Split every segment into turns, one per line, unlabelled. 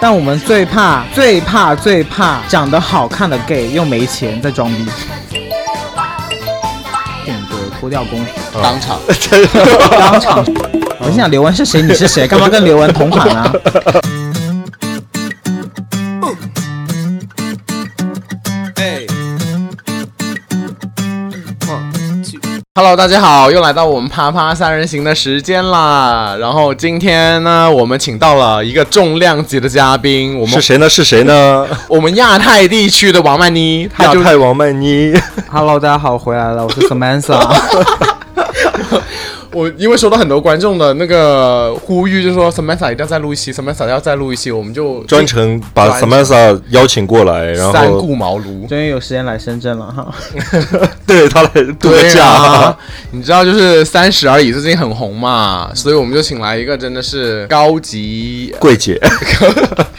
但我们最怕、最怕、最怕长得好看的 gay 又没钱在装逼。选择脱掉嗯公主，
嗯
当场
当 场。我心想刘雯是谁？你是 谁？干嘛跟刘雯同行 啊？
Hello，大家好，又来到我们啪啪三人行的时间啦。然后今天呢，我们请到了一个重量级的嘉宾，我
是
们
谁呢？是谁 呢？
我们亚太地区的王曼 妮，她
亚
就
太王 曼妮，
Hello，大家好，我回来了，我是 Samantha。
我因为收到很多观众的那个呼吁，就说 Samantha 一定要再录一期，Samantha 要再录一期，我们就
专程把
专程
Samantha 邀请过来，然
三
后
顾茅庐。
终于有时间来深圳了 哈。
对他来度个
对
假。
啊， 你知道就是三十而已，最近很红嘛，所以我们就请来一个真的是高级
桂姐，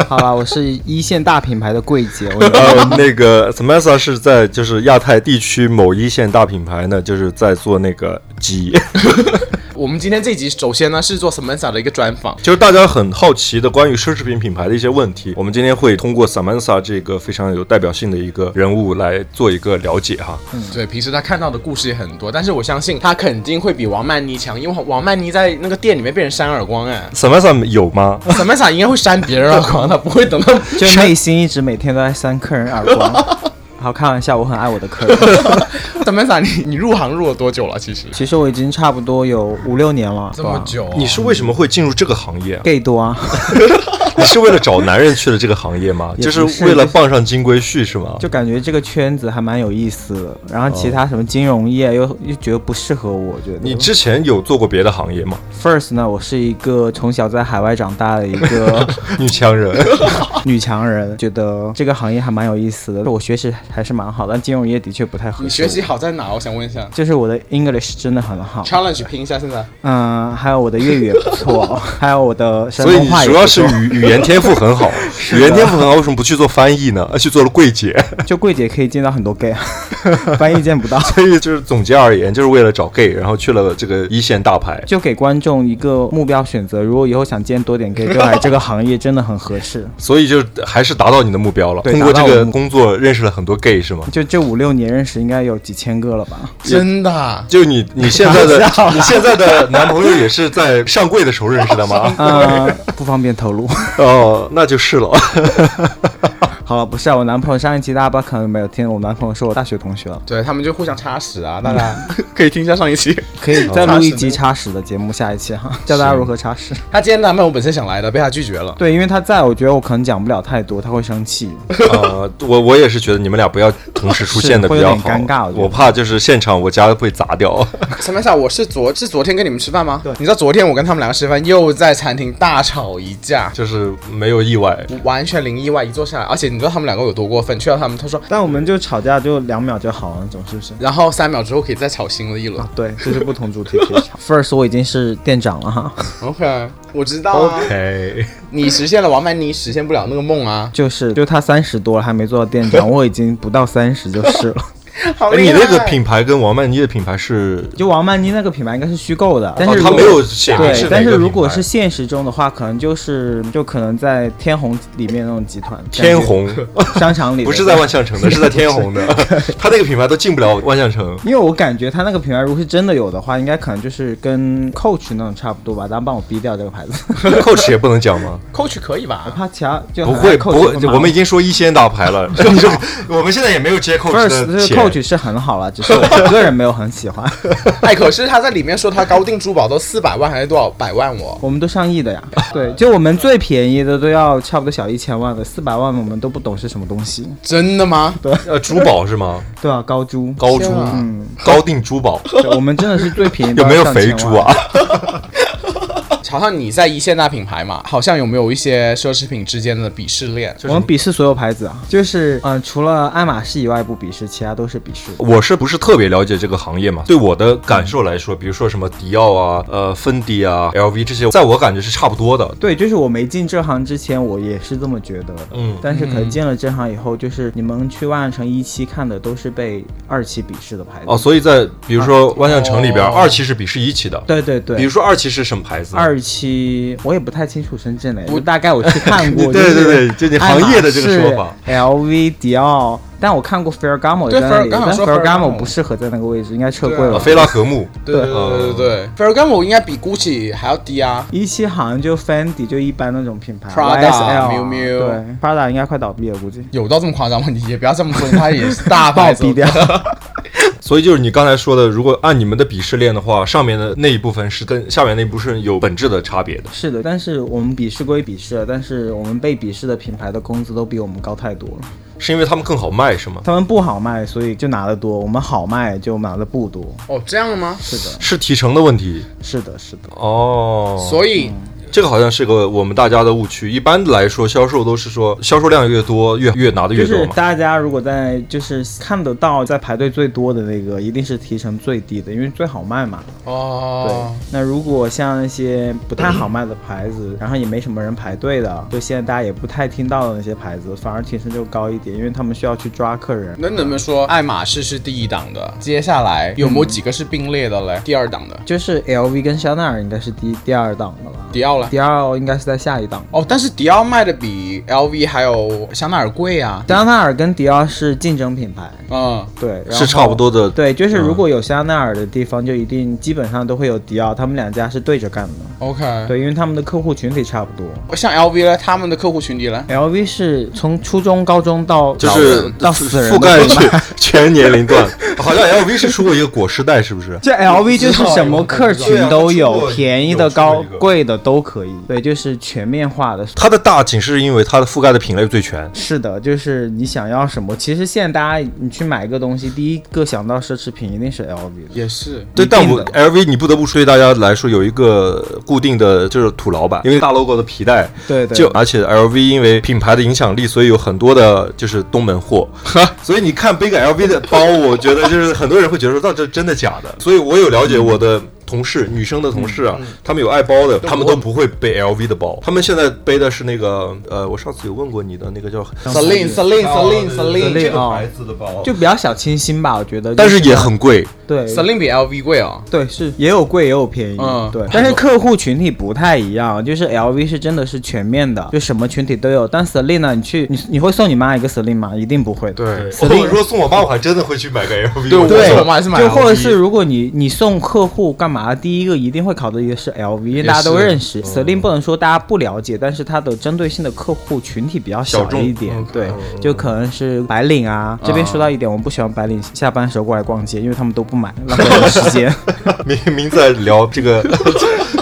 好啦，我是一线大品牌的柜姐， 我
呃，那个 Samantha 是在就是亚太地区某一线大品牌呢，就是在做那个鸡，
我们今天这集首先呢是做 Samantha 的一个专访，
就是大家很好奇的关于奢侈品品牌的一些问题，我们今天会通过 Samantha 这个非常有代表性的一个人物来做一个了解哈。
对，平时她看到的故事也很多，但是我相信她肯定会比王曼妮强，因为王曼妮在那个店里面被人扇耳光哎
Samantha 有吗？
，Samantha 应该会扇别人耳光的，不会等到
就内心一直每天都在扇客人耳 光。好，开玩笑，我很爱我的客 人。
Samantha 你你入行入了多久了？其实
其实我已经差不多有五六年了，
这么
吧
久、
你是为什么会进入这个行业啊？
，gay 多啊。
你是为了找男人去的这个行业吗？
也不
就是是为了傍上金龟婿是吗？
就感觉这个圈子还蛮有意思的，然后其他什么金融业又又觉得不适合我，我觉得
哦你之前有做过别的行 业吗？
first 呢，我是一个从小在海外长大的一个
女强人，
女强人，觉得这个行业还蛮有意思的。我学习还是蛮好，但金融业的确不太合适。
你学习好在哪？我想问一下
就是我的 English 真的很好，
，challenge 拼一下现在。
嗯，还有我的粤语也不 错，还有我的山
所以
东
你
话也
主
不
要
错
是。语语言天赋 很好，语言天赋很好，为什么不去做翻译呢？而呃去做了柜姐，
就柜姐可以见到很多 gay，翻译见不到。
所以就是总结而言，就是为了找 gay，然后去了这个一线大牌。
就给观众一个目标选择，如果以后想见多点 gay，就来这个行业真的很合适。
所以就是还是达到你的目标了。
对
通过
达
这
到我
个
目
工作认识了很多 gay 是吗？
就这五六年认识，应该有几千个了 吧？
真的啊，
就你你现在的你现在的男朋友也是在上柜的时候认识的吗？
呃，不方便透露。
哦，那就是了。
好了，不是啊，我男朋友上一期大家不知道可能没有听，我男朋友是我大学同学了，
对他们就互相插屎啊，大家可以听一下上一期。
可以再录一集
哦
插屎的节目，下一期哈，教大家如何插屎。
她今天男朋友本身想来的，被她拒绝了。
对，因为他在，我觉得我可能讲不了太多，他会生气。
呃，我我也是觉得你们俩不要同时出现的比较好，
是会有点尴尬我觉得
我怕就是现场我家会砸掉。
什么下，我是昨是昨天跟你们吃饭吗？对，你知道昨天我跟他们两个吃饭，又在餐厅大吵一架，
就是没有意外。
完全零意外，一坐下来，而且你知道他们两个有多过分？去到他们，他说，
但我们就吵架就两秒就好了那种，是不是？
然后三秒之后可以再吵新的一轮
啊。，对，这是不同主题可以吵。First，我已 经是店长了哈，
OK，我知道啊
OK，
你实现了王曼妮实现不了那个梦啊，
就是就他三十多了还没做到店长，我已经不到三十就是了。
好
哎你
厉害
那个 品牌跟王曼妮的品牌是，
就王曼妮那个品牌应该是虚构的，但是
哦
如
它
果、
没有显示哪个品
对，
牌，
但是如果是现实中的话，可能就是就可能在天虹里面那种集团，
天虹，
感觉商场里的
不是在万象城的，是在天 虹的，他那个品牌都进不了万象城。
因为我感觉他那个品牌如果是真的有的话，应该可能就是跟 Coach 那种差不多吧。大家帮我逼掉这个牌子，
Coach 也不能讲吗？
，Coach 可以
我
吧？
怕其他就
不
很爱
会，不
Coach
会，
骂
我们已经说一线大牌了，就是 我们现在也没有接 Coach
First
的
这个
钱。
Coach 是很好了，只是我个人没有很喜欢。
哎，可是他在里面说他高定珠宝都四百万还是多少百万我？
我们都上亿的呀，对，就我们最便宜的都要差不多小一千万的，四百万我们都不懂是什么东西。
真的吗？啊
呃，珠宝 是吗？
对啊，高珠，
高珠嗯
天啊，
高定珠宝
对我们真的是最便宜的。
有没有肥猪 啊？？
潮汕，你在一线大品牌嘛，好像有没有一些奢侈品之间的鄙视链？
我们鄙视所有牌子啊，就是嗯、呃除了爱马仕以外不鄙视，其他都是鄙视。
我是不是特别了解这个行业嘛？对我的感受来说，比如说什么迪奥啊、呃芬迪啊、LV 这些，在我感觉是差不多的。
对，就是我没进这行之前，我也是这么觉得的。
嗯
但是可能进了这行以后，就是你们去万象城一期看的都是被二期鄙视的牌子。
哦哦，所以在比如说万象城里边，
哦
二期是鄙视一期的。
对对对，
比如说二期是什么牌子？
二期，我也不太清楚深圳的，我大概我去看 过，
对
就
对对
是
这你行业的这个说法
爱马仕，LV、迪啊奥，但我看过 Ferragamo
对
在那里，
，Ferragamo
但
说
Ferragamo
Ferragamo
不适合在那个位置，应该撤
对
柜
啊
了。
呃菲拉和睦，
对哦对对对对，Ferragamo 应该比 Gucci 还要低啊。
一期好像就 Fendi 就一般那种品牌啊
Prada
YSL
Miu Miu
对，Prada 应该快倒闭了，估计
有到这么夸张吗？你也不要这么说，它也是大
暴
牌子
毙 掉。
所以就是你刚才说的，如果按你们的鄙视链的话，上面的那一部分是跟下面那一部分是有本质的差别的。
是的，但是我们鄙视归鄙视，但是我们被鄙视的品牌的工资都比我们高太多了。
是因为他们更好卖是吗？
他们不好卖，所以就拿的多；我们好卖，就拿的不多。
哦，这样吗？
是的，
是提成的问题
是的，是的。
哦，
所以
这个好像是个我们大家的误区。一般来说，销售都是说销售量越多越越拿的
就
越多
是
嘛。
大家如果在就是看得到在排队最多的那个，一定是提成最低的，因为最好卖嘛。对
哦，，
那如果像一些不太好卖的牌子，然后也没什么人排队的，就现在大家也不太听到的那些牌子，反而提成就高一点，因为他们需要去抓客人。
那能不能说爱马仕是第一档的？接下来有没有几个是并列的嘞？第二档的
就是 LV 跟香奈儿应该是第第二档的吧？
迪奥嘞？
第二应该是在下一档。
哦，但是迪奥卖的比 LV 还有香奈儿贵啊。
香奈儿跟迪奥是竞争品牌，
嗯，
对，然后
是差不多的，
对，就是如果有香奈儿的地方，就一定基本上都会有迪奥，他们两家是对着干
嗯
的。
OK，
对，因为他们的客户群体差不多。
像 LV 呢，他们的客户群体呢？
LV 是从初中、高中到
就是
到到死人的
覆盖
地方
全全年龄段。 好像 LV 是出过一个果实袋，是不是？
这 LV 就是什么客群都
对啊
有，
我出过
便宜的、
有出过
高
一个
贵的都可以。对，就是全面化的。
它的大仅是因为它的覆盖的品类最全。
是的，就是你想要什么。其实现在大家你去买一个东西，第一个想到奢侈品一定是 LV 的。
也是，
对，
一定
但我
的
LV 你不得不说对大家来说有一个固定的就是土老板，因为大 logo 的皮带，
对对
就而且 LV 因为品牌的影响力，所以有很多的就是东门货， 所以你看背个 LV 的包，我觉得就是很多人会觉得说，那这真的假的？所以我有了解我的。同事，女生的同事
嗯
啊，她们有爱包的，她们都不会背 LV 的包，她们现在背的是那个，呃，我上次有问过你的那个叫
Celine 嗯哦 Celine Celine Celine 哦
这个牌
子的包
就比较小清新吧，我觉得。
但是
就
也很贵，
对
Celine 比 LV 贵哦。
对，是也有贵也有便宜，
嗯
对
还。
但是
有
客户群体不太一样，就是 LV 是真的是全面的，就什么群体都有。但 Celine 呢，你去你你会送你妈一个 Celine 吗？一定不会的。
对
我如果送我妈，我还真的会去买个 LV。
对
我
我
送
送
我
我妈还是买
就或者
LV
是如果你你送客户干嘛，第一个一定会考虑的是 LV，因为大家都认
嗯
识。Celine 不能说大家不了解，但是它的针对性的客户群体比较
小
小
众
一点
嗯，
对，就可能是白领啊。这边说到一点，我们不喜欢白领下班时候过来逛街，因为他们都不买，浪费我们时间。
明明在聊这个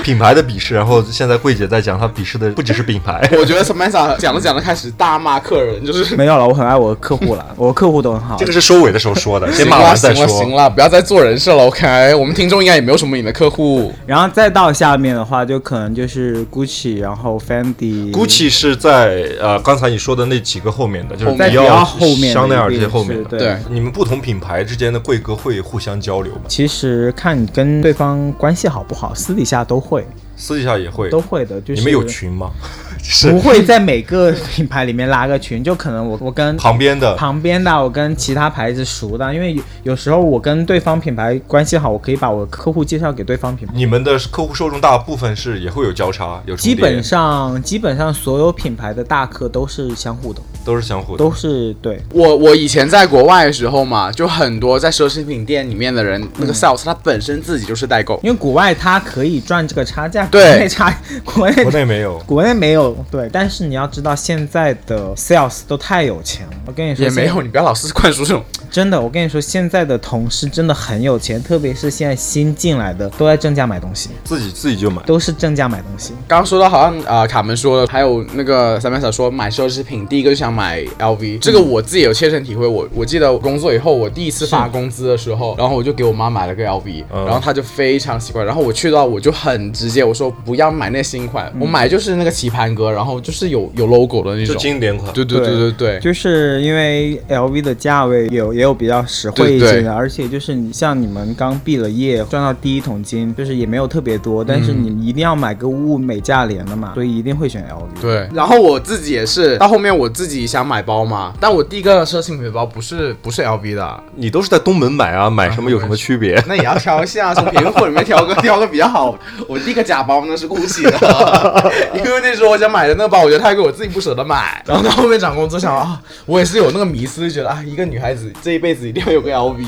品牌的鄙视，然后现在桂姐在讲她鄙视的不只是品 牌，
我觉得 Samantha 讲着讲着开始大骂客人，就是
没有了，我很爱我的客户了，我客户都很好
这。个是收尾的时候说的，先
行
骂
了
完再
行了行
说。
了，不要再做人设了，OK？我们听众应该也没有什么你的客户，
然后再到下面的话，就可能就是 Gucci，然后 Fendi。
Gucci 是在呃刚才你说的那几个后面的，就是
在
迪
比
奥、
较后面的一定，
香奈儿这些后面
是
的。
对。
对
你们不同品牌之间的贵格会互相交流吗？
其实看你跟对方关系好不好，私底下都会，
私底下也会。
都会的。就是
你们有群吗？
不会在每个品牌里面拉个群，就可能我我跟
旁边的
旁边的，我跟其他牌子熟的，因为有有时候我跟对方品牌关系好，我可以把我客户介绍给对方品牌。
你们的客户受众大部分是也会有交叉，有重
基
叠
本上基本上所有品牌的大客都是相互的，
都是相互的。
都是对。
我我以前在国外的时候嘛，就很多在奢侈品店里面的人，那个 sales 他本身自己就是代购，
因为国外它可以赚这个差价，
对
国内差，国内
国内没有，
国内没有对，但是你要知道现在的 sales 都太有钱了，我跟你说
也没有，你不要老是灌输这种。
真的，我跟你说现在的同事真的很有钱，特别是现在新进来的都在正价买东西，
自己自己就买。
都是正价买东西，
刚刚说到好像呃，卡门说了，还有那个 Samantha 说买奢侈品，第一个就想买 LV，这个我自己有切身体会。我我记得我工作以后，我第一次发工资的时候，然后我就给我妈买了个 LV，、
嗯
然后她就非常喜欢。然后我去到我就很直接，我说不要买那新款，我买就是那个棋盘格，然后就是有有 logo 的那
嗯就
种。
经典款，
对对对对对，
就是因为 LV 的价位有也有比较实惠一
对
些
对
的，而且就是你像你们刚毕了业赚到第一桶金，就是也没有特别多，但是
嗯
你一定要买个物美价廉的嘛，所以一定会选 LV。
对，然后我自己也是，到后面我自己想买包嘛，但我第一个奢侈品包不是不是 LV 的，
你都是在东啊 门买啊，买什么有什么区别？
那也要挑一下，从便宜货里面挑个挑个比较好。我第一个假打包那是 GUCCI 的，因为那时候我想买的那个包，我觉得太贵，我自己不舍得买。然后到后面涨工资，想啊，我也是有那个迷思，就觉得啊，一个女孩子这一辈子一定要有个 LV。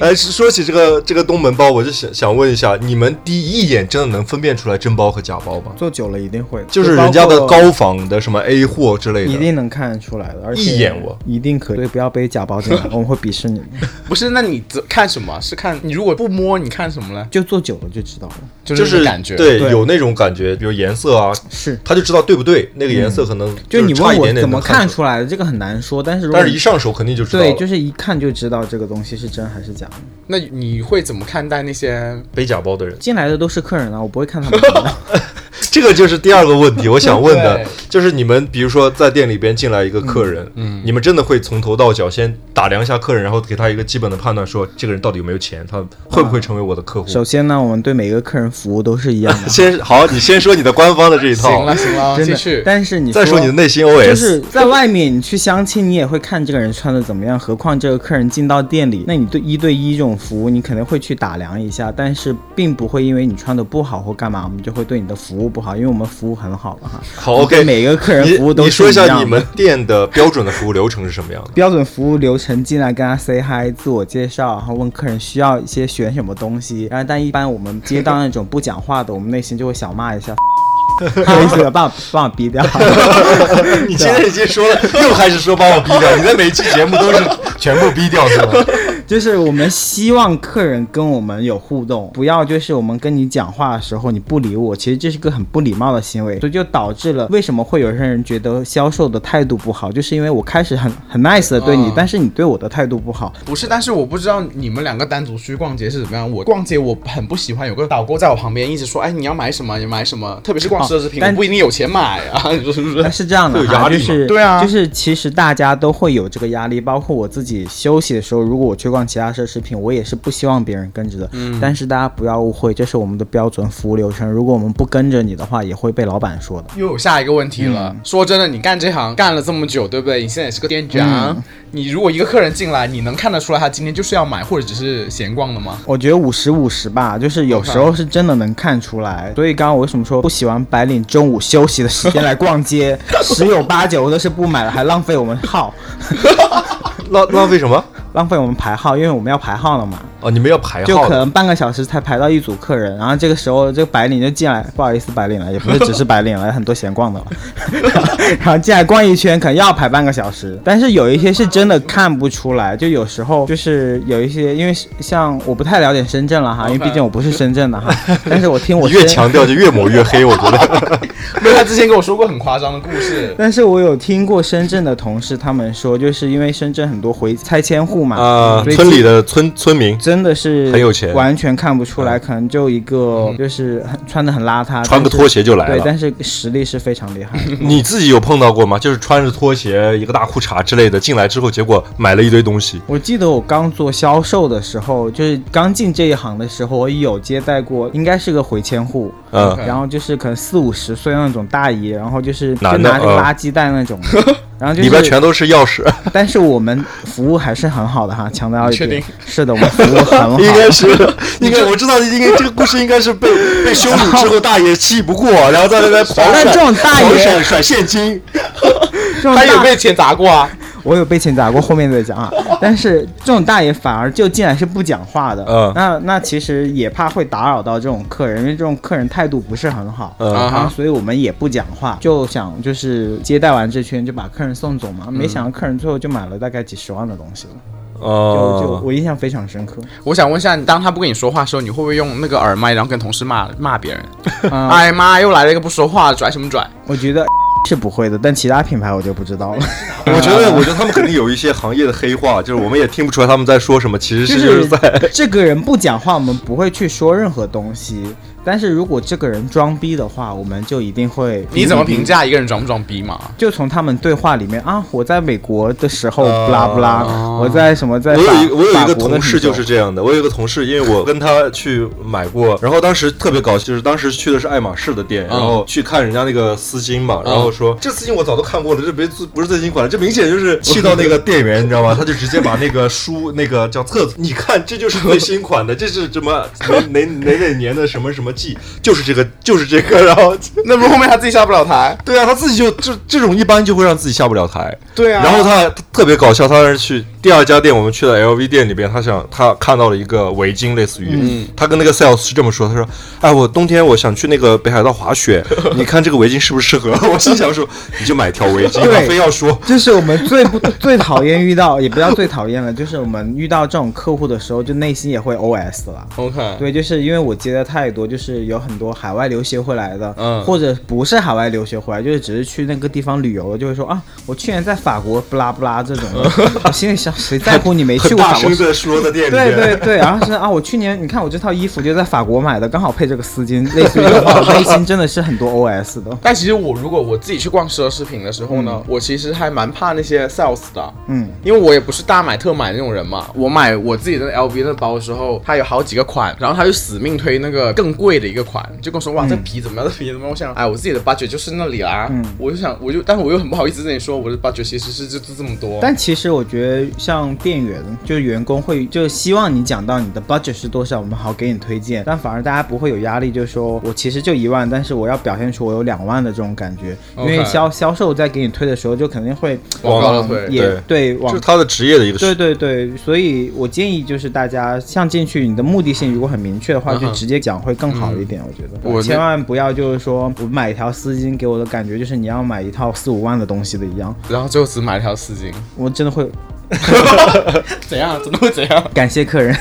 哎，是说起这个这个东门包，我就想想问一下，你们第一眼真的能分辨出来真包和假包吗？
做久了一定会的，
就是人家的
包括
高仿的什么 A 货之类的，
一定能看得出来的，而且
一眼我
一定可以，所以不要背假包进来，我们会鄙视你 的。
不是，那你怎看什么？是看你如果不摸，你看什么呢？
就做久了就知道了，
就
就是
那
是
个感觉。
对，
对
有那种感觉，比如颜色啊，
是。
他就知道对不对，那个颜色可能
嗯就是你
差
问
一
我
点点
怎么
能看
看，出来的，这个很难说。但是如果
但是一上手肯定就知道了。
对，就是一看就知道这个东西是真还是假的。
那你会怎么看待那些？
背假包的人，
进来的都是客人啊，我不会看他们怎么样。
这个就是第二个问题，我想问的
对
就是你们，比如说在店里边进来一个客人，嗯，你们真的会从头到脚先打量一下客人，然后给他一个基本的判断，说这个人到底有没有钱，他会不会成为我的客户？
首先呢，我们对每个客人服务都是一样的，
先好，你先说你的官方的这一套，
行了行了，
真
继
的
续。。
但是你
再说你的内心 OS，
就是在外面你去相亲，你也会看这个人穿的怎么样，何况这个客人进到店里，那你对一对一这种服务，你肯定会去打量一下，但是并不会因为你穿的不好或干嘛，我们就会对你的服务不好，因为我们服务很好了哈。
好
我们对
，OK，
每个客人
你
服务都
你
是
说一
样
下
的
你们店的标准的服务流程是什么样的？
标准服务流程进来跟他 say hi，自我介绍，然后问客人需要一些选什么东西。然后但一般我们接到那种不讲话的，我们内心就会小骂一下。不好意思，帮我帮我逼掉。
你今天已经说了，
啊
又开始说把我逼掉，你在每期节目都是全部逼掉是 吗？
就是我们希望客人跟我们有互动，不要就是我们跟你讲话的时候你不理我，其实这是个很不礼貌的行为，所以就导致了为什么会有些人觉得销售的态度不好，就是因为我开始很很 nice 的对你，
嗯
但是你对我的态度不好，
不是，但是我不知道你们两个单独出去逛街是怎么样。我逛街我很不喜欢有个导购在我旁边一直说，哎，你要买什么，你买什么。特别是逛
哦
奢侈品，
但
我不一定有钱买啊， 你说是不是？
哎是这样的
会有
哈，
压力
就
嘛
是
对啊
就是其实大家都会有这个压力，包括我自己休息的时候，如果我去逛其他奢侈品，我也是不希望别人跟着的。嗯，但是大家不要误会，这是我们的标准服务流程，如果我们不跟着你的话，也会被老板说的。
又有下一个问题
嗯
了。说真的，你干这行干了这么久，对不对？你现在也是个店长，
嗯
你如果一个客人进来，你能看得出来他今天就是要买，或者只是闲逛的 吗？
我觉得五十五十吧，就是有时候是真的能看出来。所以刚刚我为什么说不喜欢白领中午休息的时间来逛 街？十有八九都是不买了，还浪费我们号，
浪浪费什么？
浪费我们排号，因为我们要排号了嘛。
哦，你们要排
就
号
可
的，
能半个小时才排到一组客人，然后这个时候这个白领就进来，不好意思，白领了，也不是只是白领了，有很多闲逛的了， 然后进来逛一圈，可能又要排半个小时。但是有一些是真的看不出来，就有时候就是有一些，因为像我不太了解深圳了哈，因为毕竟我不是深圳的 哈，但是我听我
你越
身
强调就越抹越黑，我觉得。
没有，他之前跟我说过很夸张的故事。
但是我有听过深圳的同事他们说，就是因为深圳很多回拆迁户嘛，
啊，
所以
村里的村村民
真的是
很有钱嗯
完全看不出来，可能就一个就是很穿的很邋遢，
穿个
但是
拖鞋就来
对，
了。
但是实力是非常厉害的。
你自己有碰到过吗？就是穿着拖鞋、一个大裤衩之类的进来之后，结果买了一堆东西。
我记得我刚做销售的时候，就是刚进这一行的时候，我有接待过，应该是个回迁户，
嗯，
OK
然后就是可能四五十岁那种大姨，然后就是就
男的
拿着
嗯
垃圾袋那种 的，然后就是
里边全都是钥匙，。
但是我们服务还是很好的哈，强调一
你确
点
定，
是的，我们服务很好
应该 是，应该我知道，应该这个故事应该是被被羞辱之后，大爷气不过，然后在那边狂
那
甩
这种大
狂
爷
甩甩现金，
这种
他有
大
被钱砸过啊？
我有被钱砸过，后面再讲 啊。但是这种大爷反而就进来是不讲话的，
嗯
那那其实也怕会打扰到这种客人，因为这种客人态度不是很好，
嗯
然后
啊
所以我们也不讲话，就想就是接待完这圈就把客人送走
嗯
嘛。没想到客人最后就买了大概几十万的东西了，就就
哦，
我印象非常深刻。
我想问一下，你当他不跟你说话的时候，你会不会用那个耳麦，然后跟同事骂骂别人？
啊
哎妈，又来了一个不说话的，拽什么拽？
我觉得是不会的，但其他品牌我就不知道了。
我觉得，我觉得他们肯定有一些行业的黑话，就是我们也听不出来他们在说什么，其实
就是
就是
是
在
这个人不讲话，我们不会去说任何东西。但是如果这个人装逼的话，我们就一定会。
你怎么评价一个人装不装逼嘛？
就从他们对话里面啊，我在美国的时候，
哦
不拉不拉，我在什么在
我
法
有一我有一
法
个
国的
同事
时候
就是这样的，我有一个同事，因为我跟他去买过，然后当时特别搞笑，就是当时去的是爱马仕的店，然后去看人家那个丝巾嘛，然后说这丝巾我早都看过了，这别不是最新款了，这明显就是气到那个店员，你知道吗？他就直接把那个书那个叫册子，你看这就是最新款的，这是什么哪哪哪哪年的什么什么么记，就是这个，就是这个，然后
那不是后面他自己下不了台？
对啊，他自己就这这种一般就会让自己下不了台。
对啊
然后他他特别搞笑，他当时去第二家店，我们去了 LV 店里边，他想他看到了一个围巾，类似于，
嗯
他跟那个 sales 是这么说，他说：“哎，我冬天我想去那个北海道 滑雪，你看这个围巾适不适合？”我心想说：“你就买条围巾，
对
他非要说。”
这是我们最不 最讨厌遇到，也不叫最讨厌了，就是我们遇到这种客户的时候，就内心也会 OS 了。
啊
OK，
对，就是因为我接的太多，就是有很多海外留学回来的，
嗯
或者不是海外留学回来，就是只是去那个地方旅游的，就会说啊，我去年在法国不拉不拉这种的。我心里想，谁在乎你没去
嗯 很
过
大
法国
声？的说在店里面，
对对 对，然后是啊，我去年你看我这套衣服就在法国买的，刚好配这个丝巾，类似于我内心真的是很多 OS 的。
但其实我如果我自己去逛奢侈品的时候呢，我其实还蛮怕那些 sales 的，
嗯，
因为我也不是大买特买那种人嘛。我买我自己的 LV 的包的时候，它有好几个款，然后他就死命推那个更贵的一个款，就跟我说哇这皮怎么样，这皮怎么样？我想哎我自己的 budget 就是那里啦，我就想我就，但是我又很不好意思跟你说我的 budget 其实是就就这么多。
但其实我觉得，像店员就是员工会就希望你讲到你的 budget 是多少，我们好给你推荐。但反而大家不会有压力，就是说我其实就一万，但是我要表现出我有两万的这种感觉，因
OK
为销销售在给你推的时候，就肯定会
往高了
嗯
推
也对
这
往
是他的职业的一个
对对对，所以我建议就是大家像进去你的目的性如果很明确的话，
嗯哼嗯
就直接讲会更好一点。我觉得
我那
千万不要就是说我买一条丝巾，给我的感觉就是你要买一套四五万的东西的一样，
然后最后只买了条丝巾，
我真的会
怎样？真的会怎样？
感谢客人。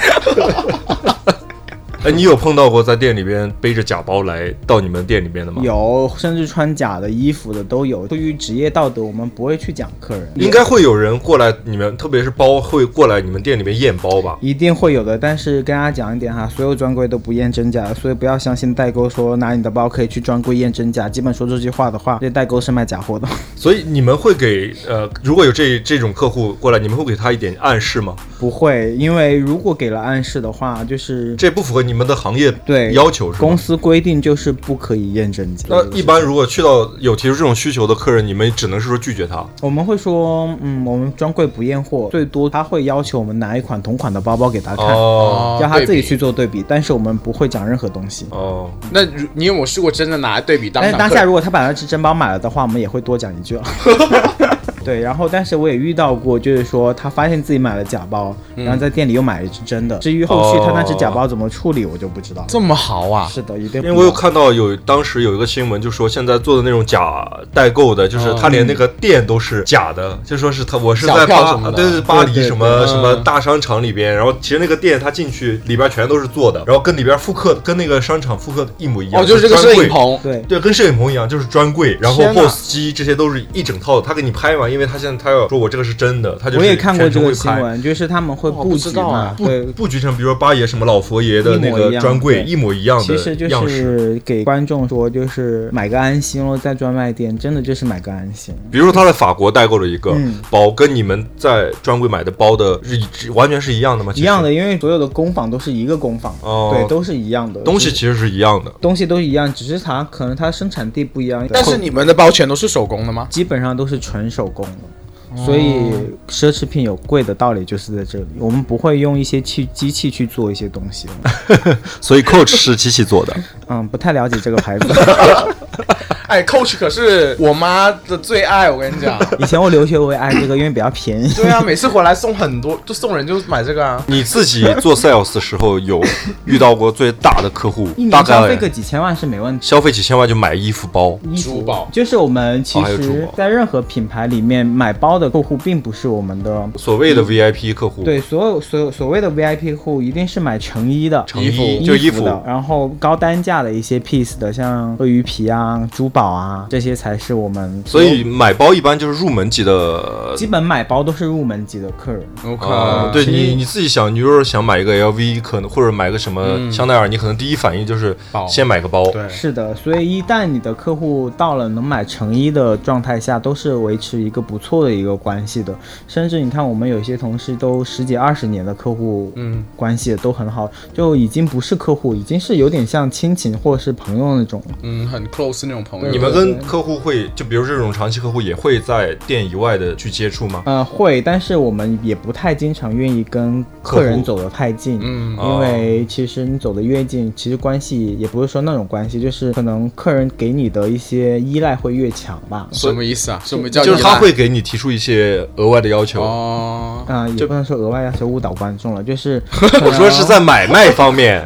哎，你有碰到过在店里边背着假包来到你们店里边的吗？，
有，甚至穿假的衣服的都有。对于职业道德，我们不会去讲客人，
应该会有人过来，你们特别是包会过来你们店里面验包吧？
一定会有的。但是跟大家讲一点哈，所有专柜都不验真假的，所以不要相信代购说拿你的包可以去专柜验真假。基本说这句话的话，这代购是卖假 货的。
所以你们会给呃，如果有这这种客户过来，你们会给他一点暗示吗？
不会，因为如果给了暗示的话，就是
这不符合你们的行业
对
要求是
公
吗？
司规定就是不可以验真假。
那一般如果去到有提出这种需求的客人，你们只能是说 拒绝他。
我们会说，嗯，我们专柜不验货，最多他会要求我们拿一款同款的包包给他看，
哦
让他自己去
对比。
做对比，但是我们不会讲任何东西。
哦，
那如你有没有试过真的哎拿来对比当
但
场
是
客？
当下如果他把那只真包买了的话，我们也会多讲一 句啊。对，然后但是我也遇到过，就是说他发现自己买了假包，
嗯
然后在店里又买了一只真的。至于后续他那只假
哦
包怎么处理，我就不知道了。
这么好啊？
是的，一定
因
不
为我有
能
看到有当时有一个新闻，就说现在做的那种假代购的，
哦
就是他连那个店都是假的，就说是他我是
小
在
票
巴
什么的
对对巴黎
对对
什么
嗯对
什么
嗯
大商场里边，然后其实那个店他进去里边全都是做的，然后跟里边复刻跟那个商场复刻的一模一样，
哦，就是这个
专
摄
柜
影。棚。
对。
对，跟摄影棚一样，就是专柜，然后
天哪
POS 机这些都是一整套的。他给你拍嘛，因为他现在他要说我这个是真的，他就是
我也看过
全
这
程
个
会哦
新
拍
闻，就是他们会
哇
布
不知
局
道
嘛
啊，
对
布，布局成比如说八爷什么老佛爷的
一模
那
一
个
样
专柜
对
一模一样的
其实就
样式。
是给观众说，就是买个安心咯，在专卖店真的就是买个安心。
比如说他在法国代购了一个
嗯
包，跟你们在专柜买的包的是一致完全是一样的吗？其
一
实
样的，因为所有的工坊都是一个工坊，
哦
对，都是一样的
东
只
西，其实是一样的。
东西都一样，只是它可能它生产地不一样。
但是你们的包全都是手工的吗？
基本上都是纯手工的，
哦
所以奢侈品有贵的道理就是在这里。我们不会用一些器机器去做一些东西，
所以 Coach 是机器做的，
嗯，不太了解这个牌子。
哎，Coach 可是我妈的最爱，我跟你 讲。
以前我留学我也爱这个，因为比较便宜。
对啊，每次回来送很多，就送人就买这个啊。
你自己做 sales 的时候有遇到过最大的客户
一，
大
年消费
概
个几千万是没问题。
消费几千万就买衣服包。
衣服
珠宝
就是我们其
哦还有珠
实
宝，
在任何品牌里面买包的客户并不是我们的，
所谓的 VIP 客户，
对，所有所有所谓的 VIP 户一定是买成衣的，
成衣
衣
就
衣
服
的，然后高单价的一些 piece 的，像鳄鱼皮啊、珠宝啊，这些才是我们
所以买包一般就是入门级的
基本买包都是入门级的客人。
OK，、
啊，对你你自己想，你如果想买一个 LV，可能或者买个什么香奈儿，你可能第一反应就是
包
先买个包。
对
是的，所以一旦你的客户到了能买成衣的状态下，都是维持一个不错的一个有关系的。甚至你看，我们有一些同事都十几二十年的客户
嗯
关系都很好，就已经不是客户，已经是有点像亲情或者是朋友那种。
嗯，很 close 那种朋友。
你们跟客户会，就比如这种长期客户，也会在店以外的去接触吗？
呃，会，但是我们也不太经常愿意跟客
客
人
户
走得太近，
嗯
因为其实你走得越近，其实关系也不是说那种关系，就是可能客人给你的一些依赖会越强吧。
什么意思啊？什么叫
就是
依赖
他会给你提出一些额外的要求。
哦，
啊、也不能说额外要求误导观众了，就是
我说是在买卖方面，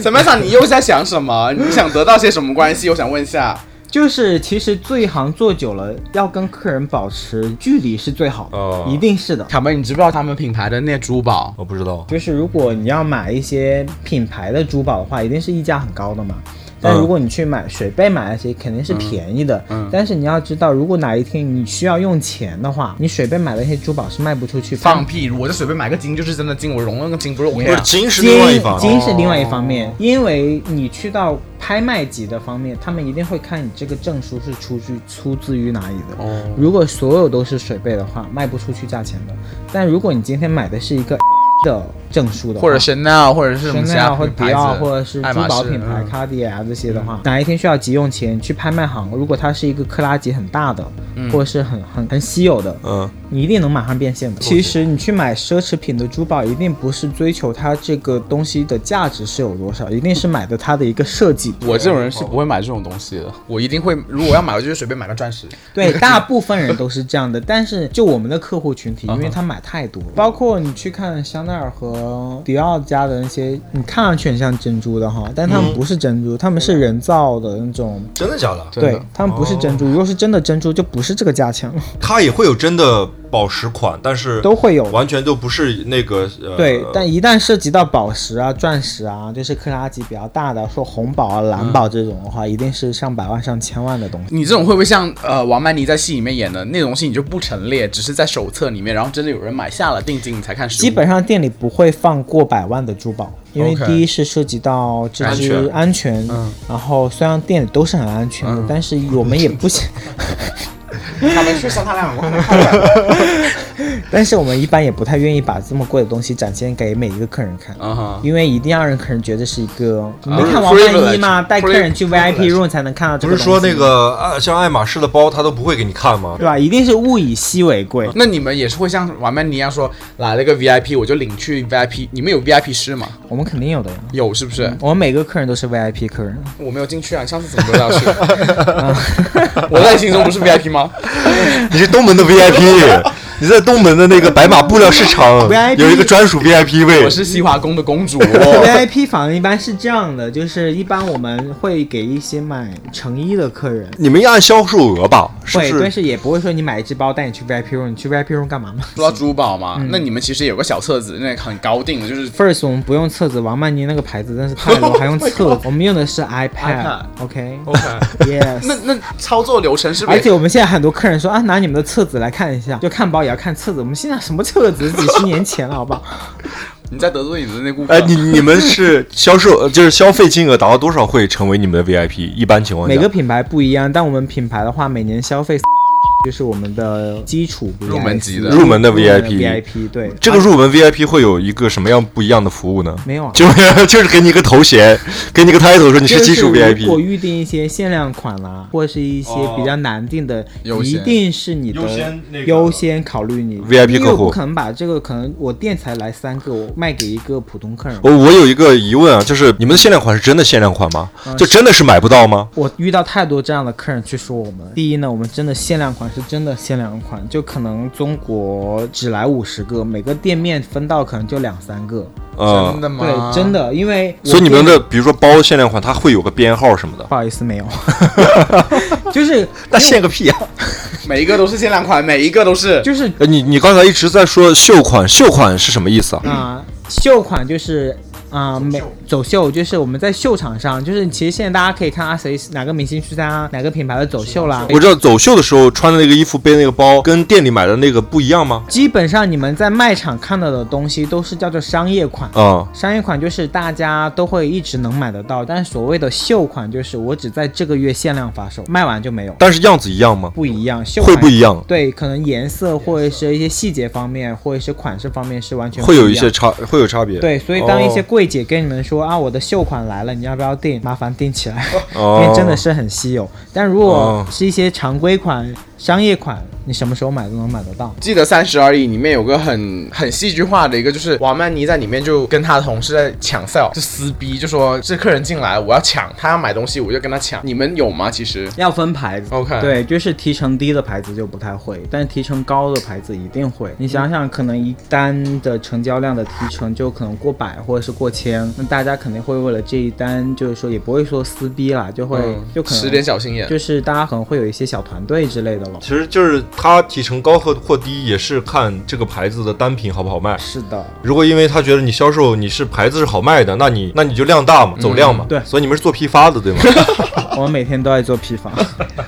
怎么想？你又在想什么？你想得到些什么关系？我想问一下。
就是其实做一行做久了，要跟客人保持距离是最好的，
哦
一定是的。
卡门，你知不知道他们品牌的那珠宝？
我不知道。
就是如果你要买一些品牌的珠宝的话，一定是溢价很高的嘛。但如果你去买水杯买那些，肯定是便宜的。但是你要知道，如果哪一天你需要用钱的话，你水杯买的那些珠宝是卖不出去的。
放屁！我在随便买个金就是真的金，我融了个金不是 OK
不是
啊？
金是
金
另外一方，
金是另外一方面，因为你去到拍卖级的方面，他们一定会看你这个证书是出自出自于哪里的。
哦
如果所有都是水贝的话，卖不出去价钱的。但如果你今天买的是一个 的证书的话，
或者 Chanel 或者是什么
香
其
奈
他
儿或者
品牌
迪奥
子
或者是
爱
珠
马
宝
仕
品牌
嗯
卡地亚这些的话，哪一天需要急用钱去拍卖行，如果它是一个克拉级很大的，
嗯
或者是很很很稀有的，
嗯，
你一定能马上变现的。其实你去买奢侈品的珠宝，一定不是追求它这个东西的价值是有多少，一定是买的它的一个设计。
我这种人是不会买这种东西的，我一定会，如果要买，我就是随便买个钻石。
对，大部分人都是这样的，但是就我们的客户群体，
嗯
因为他买太多了，包括你去看香奈儿和迪奥家的那些，你看上去很像珍珠的哈，但他们不是珍珠，他们是人造的那种。
真的假的？
嗯真的哦
对，他们不是珍珠，如果是真的珍珠，就不是这个价钱了。
它也会有真的宝石款，但是
都会有
完全都不是那个呃，
对，但一旦涉及到宝石啊、钻石啊，就是克拉级比较大的，说红宝啊、蓝宝这种的话，一定是上百万、上千万的东西。
你这种会不会像呃王曼妮在戏里面演的那种戏，你就不陈列，只是在手册里面，然后真的有人买下了定金，你才看实物
基本上店里不会放过百万的珠宝，因为
OK
第一是涉及到这只安全，然后虽然店里都是很安全的，但是我们也不想，
他们去上他俩我
但是我们一般也不太愿意把这么贵的东西展现给每一个客人看。
啊哈，
因为一定要让客人觉得是一个，你没
不是
看王曼妮
privilege，
吗？带客人去 VIP
privilege
room 才能看到这
不
个
是
东西。
说那个啊，像爱马仕的包，他都不会给你看吗
对？吧？一定是物以稀为贵。
那你们也是会像王曼妮一样说来了个 VIP 我就领去 VIP，你们有 VIP 室吗？
我们肯定有的呀，
有是不是？
我们每个客人都是 VIP 客人。
我没有进去啊，你上次怎么没 有让我 去？我在你心中不是 VIP 吗？
你是东门的 VIP，你在东门的那个白马布料市 场
VIP
有一个专属 VIP 位
我。是西华宫的公主
VIP 房一般是这样的，就是一般我们会给一些买成衣的客人。
你们要按销售额吧？是不
会，但
是？
是也不会说你买一只包带你去 VIP room，你去 VIP room 干嘛嘛
说到珠宝嘛，
嗯
那你们其实有个小册子，那很高定的，就是
？First，我们不用册子，王曼妮那个牌子真是太多，还用册子，我们用的是 iPad。OK，Yes。
那那操作流程是不
而
是
且我们现在很多客人说啊，拿你们的册子来看一下，就看包也要看册子。我们现在什么册子？几十年前了，好不好？
你在得罪你的那顾客？
呃
哎，你你们是销售，呃就是消费金额达到多少会成为你们的 VIP？一般情况下，
每个品牌不一样，但我们品牌的话，每年消费 就是我们的基础 VIP,
入门级的
入门的
VIP
VIP
VIP 对，
这个入门 VIP 会有一个什么样不一样的服务呢？
没有啊
就 就是给你一个头衔，给你一个 title，说你
就是
基础
如果
VIP。
预定一些限量款啦、或者是一些比较难定的，
优
一
先
定是你的
哦优先那个
优先考虑你
VIP
因为
客
我
户
不可能把这个可能我店才来三个，我卖给一个普通客人。
我我有一个疑问啊，就是你们的限量款是真的限量款吗？
嗯
就真的是买不到吗？
我遇到太多这样的客人去说我们。第一呢，我们真的限量款是真的限量款，就可能中国只来五十个，每个店面分到可能就两三个。
嗯
真，的吗？
对，真。的，因为我
所以你们
店
的比如说包限量款，它会有个编号什么的。
不好意思没有， 就是
那限个屁啊！
每一个都是限量款，每一个都是。
就是
呃你你刚才一直在说秀款，秀款是什么意思啊？
啊、秀款就是啊，每走秀就是我们在秀场上，就是其实现在大家可以看啊，谁哪个明星去参加哪个品牌的走秀啦。
我知道走秀的时候穿的那个衣服背那个包，跟店里买的那个不一样吗？
基本上你们在卖场看到的东西都是叫做商业款。
啊、
商业款就是大家都会一直能买得到，但所谓的秀款就是我只在这个月限量发售，卖完就没有，
但是样子一样吗？
不一样。秀
会
款
不一样，
对，可能颜色或者是一些细节方面，或者是款式方面是完全
会有
不
一
样
些差，会有差别。
对，所以当一些
哦
柜姐跟你们说、啊，我的秀款来了，你要不要订？麻烦订起来，
哦
因为真的是很稀有。但如果
哦
是一些常规款、商业款，你什么时候买都能买得到。
记得《三十而已》里面有个很很戏剧化的一个，就是王曼妮在里面就跟她的同事在抢 sale，就撕逼，就说这客人进来我要抢，他要买东西我就跟他抢。你们有吗？其实
要分牌子
OK
对，就是提成低的牌子就不太会，但是提成高的牌子一定会。你想想，可能一单的成交量的提成就可能过百或者是过千，那大家肯定会为了这一单，就是说也不会说撕逼啦，就会、就可能
嗯使点小心眼。
就是大家可能会有一些小团队之类的了。
其实就是它提成高和或低，也是看这个牌子的单品好不好卖。
是的，
如果因为他觉得你销售你是牌子是好卖的，那你那你就量大嘛，走量嘛。
嗯对
所以你们是做批发的，对吗？
我们每天都在做批发。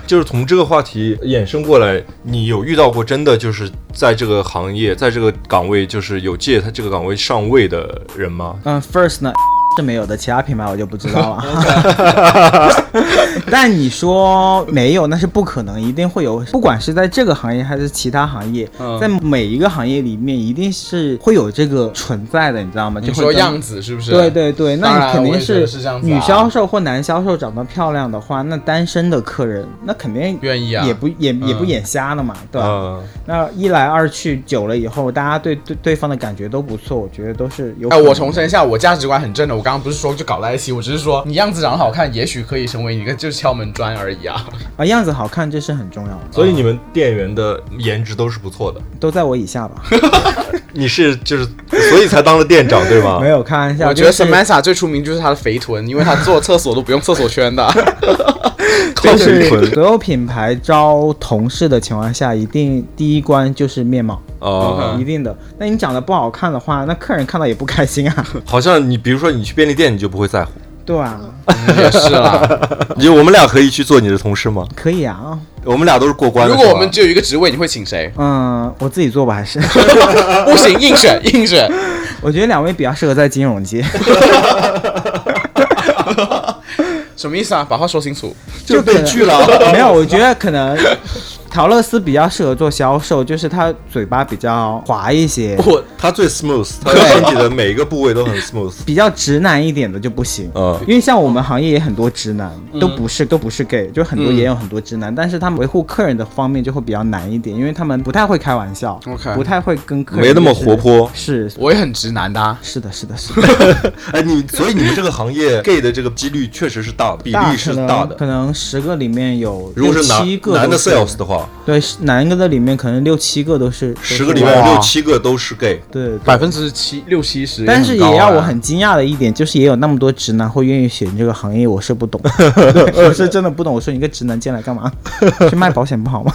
就是从这个话题衍生过来，你有遇到过真的就是在这个行业，在这个岗位，就是有借他这个岗位上位的人吗？
嗯，First 呢是没有的，其他品牌我就不知道了。 但你说没有，那是不可能，一定会有。不管是在这个行业还是其他行业，
嗯
在每一个行业里面，一定是会有这个存在的，你知道吗？就
你
会
说
跟
样子是不是？
对对对，
当
那你
然
肯
我
定
也觉得是这样子啊
女销售或男销售长得漂亮的话，那单身的客人那肯定
愿意啊
也不也也不
嗯
眼瞎了嘛，对吧？
啊、
那一来二去久了以后，大家对对对方的感觉都不错，我觉得都是有。
哎、我重申一下，我价值观很正的。我刚刚不是说就搞在一起，我只是说你样子长得好看，也许可以成为一个就是敲门砖而已啊。
啊，样子好看这是很重要的，
所以你们店员的颜值都是不错的。
都在我以下 吧，
你是就是，所以才当了店长对吗？
没有开玩笑。
啊我觉得
就是
Samantha 最出名就是她的肥臀，因为她坐厕所都不用厕所圈的。
靠
就
嘴
是
唇
所有品牌招同事的情况下，一定第一关就是面貌，
啊
嗯
一定的。那你长得不好看的话，那客人看到也不开心 啊。
好像你比如说你去便利店，你就不会 在乎。
对啊，
也是啦，
你就我们俩可以去做你的同事吗？
可以啊，
我们俩都是过关的。
如果
是
我
吧
们只有一个职位，你会请 谁？
嗯，我自己做吧，还是
不行，硬选硬选。
我觉得两位比较适合在金融界，
什么意思啊？把话说清楚。
就
可
被
能
拒了。
没有，我觉得可能陶乐斯比较适合做销售，就是他嘴巴比较滑一些。
我
他最 smooth，他 身体的每一个部位都很 smooth。
比较直男一点的就不行，
嗯
因为像我们行业也很多直男，都不是都不是 gay，就很多
嗯
也有很多直男，但是他们维护客人的方面就会比较难一点，因为他们不太会开玩笑
OK
不太会跟客人
没那么
就是
活泼
是
我也很直男的、啊，
是的，是的，是的，
哎，你所以你们这个行业 gay 的这个几率确实是大， 比
大可
例是
能
大
可
的。
能十个里面有
如果
六
是
七个
男男
都
的
是
sales 的话，
对，是男的里面可能六七个都是，都
十
是
个里面有
哇
六七个都是 gay。
对对
百分之七六七十。
但是也啊
啊
让我很惊讶的一点，就是也有那么多直男会愿意选这个行业，我是不 懂，我是真的不懂。我说你个直男进来干嘛？ 去卖保险不好吗？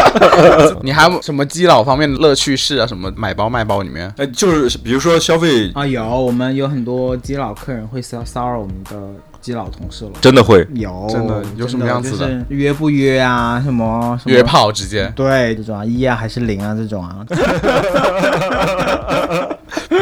你还有什么基佬方面的乐趣是啊？什么买包卖包里面？
哎，就是比如说消费
啊，有，我们有很多基佬客人会骚骚扰我们的基佬同事了。
真的 会，
有，
真的有什么样子的
就是约不约啊？什么什么
约？炮直接。
对，这种啊，一啊还是零啊这种 啊，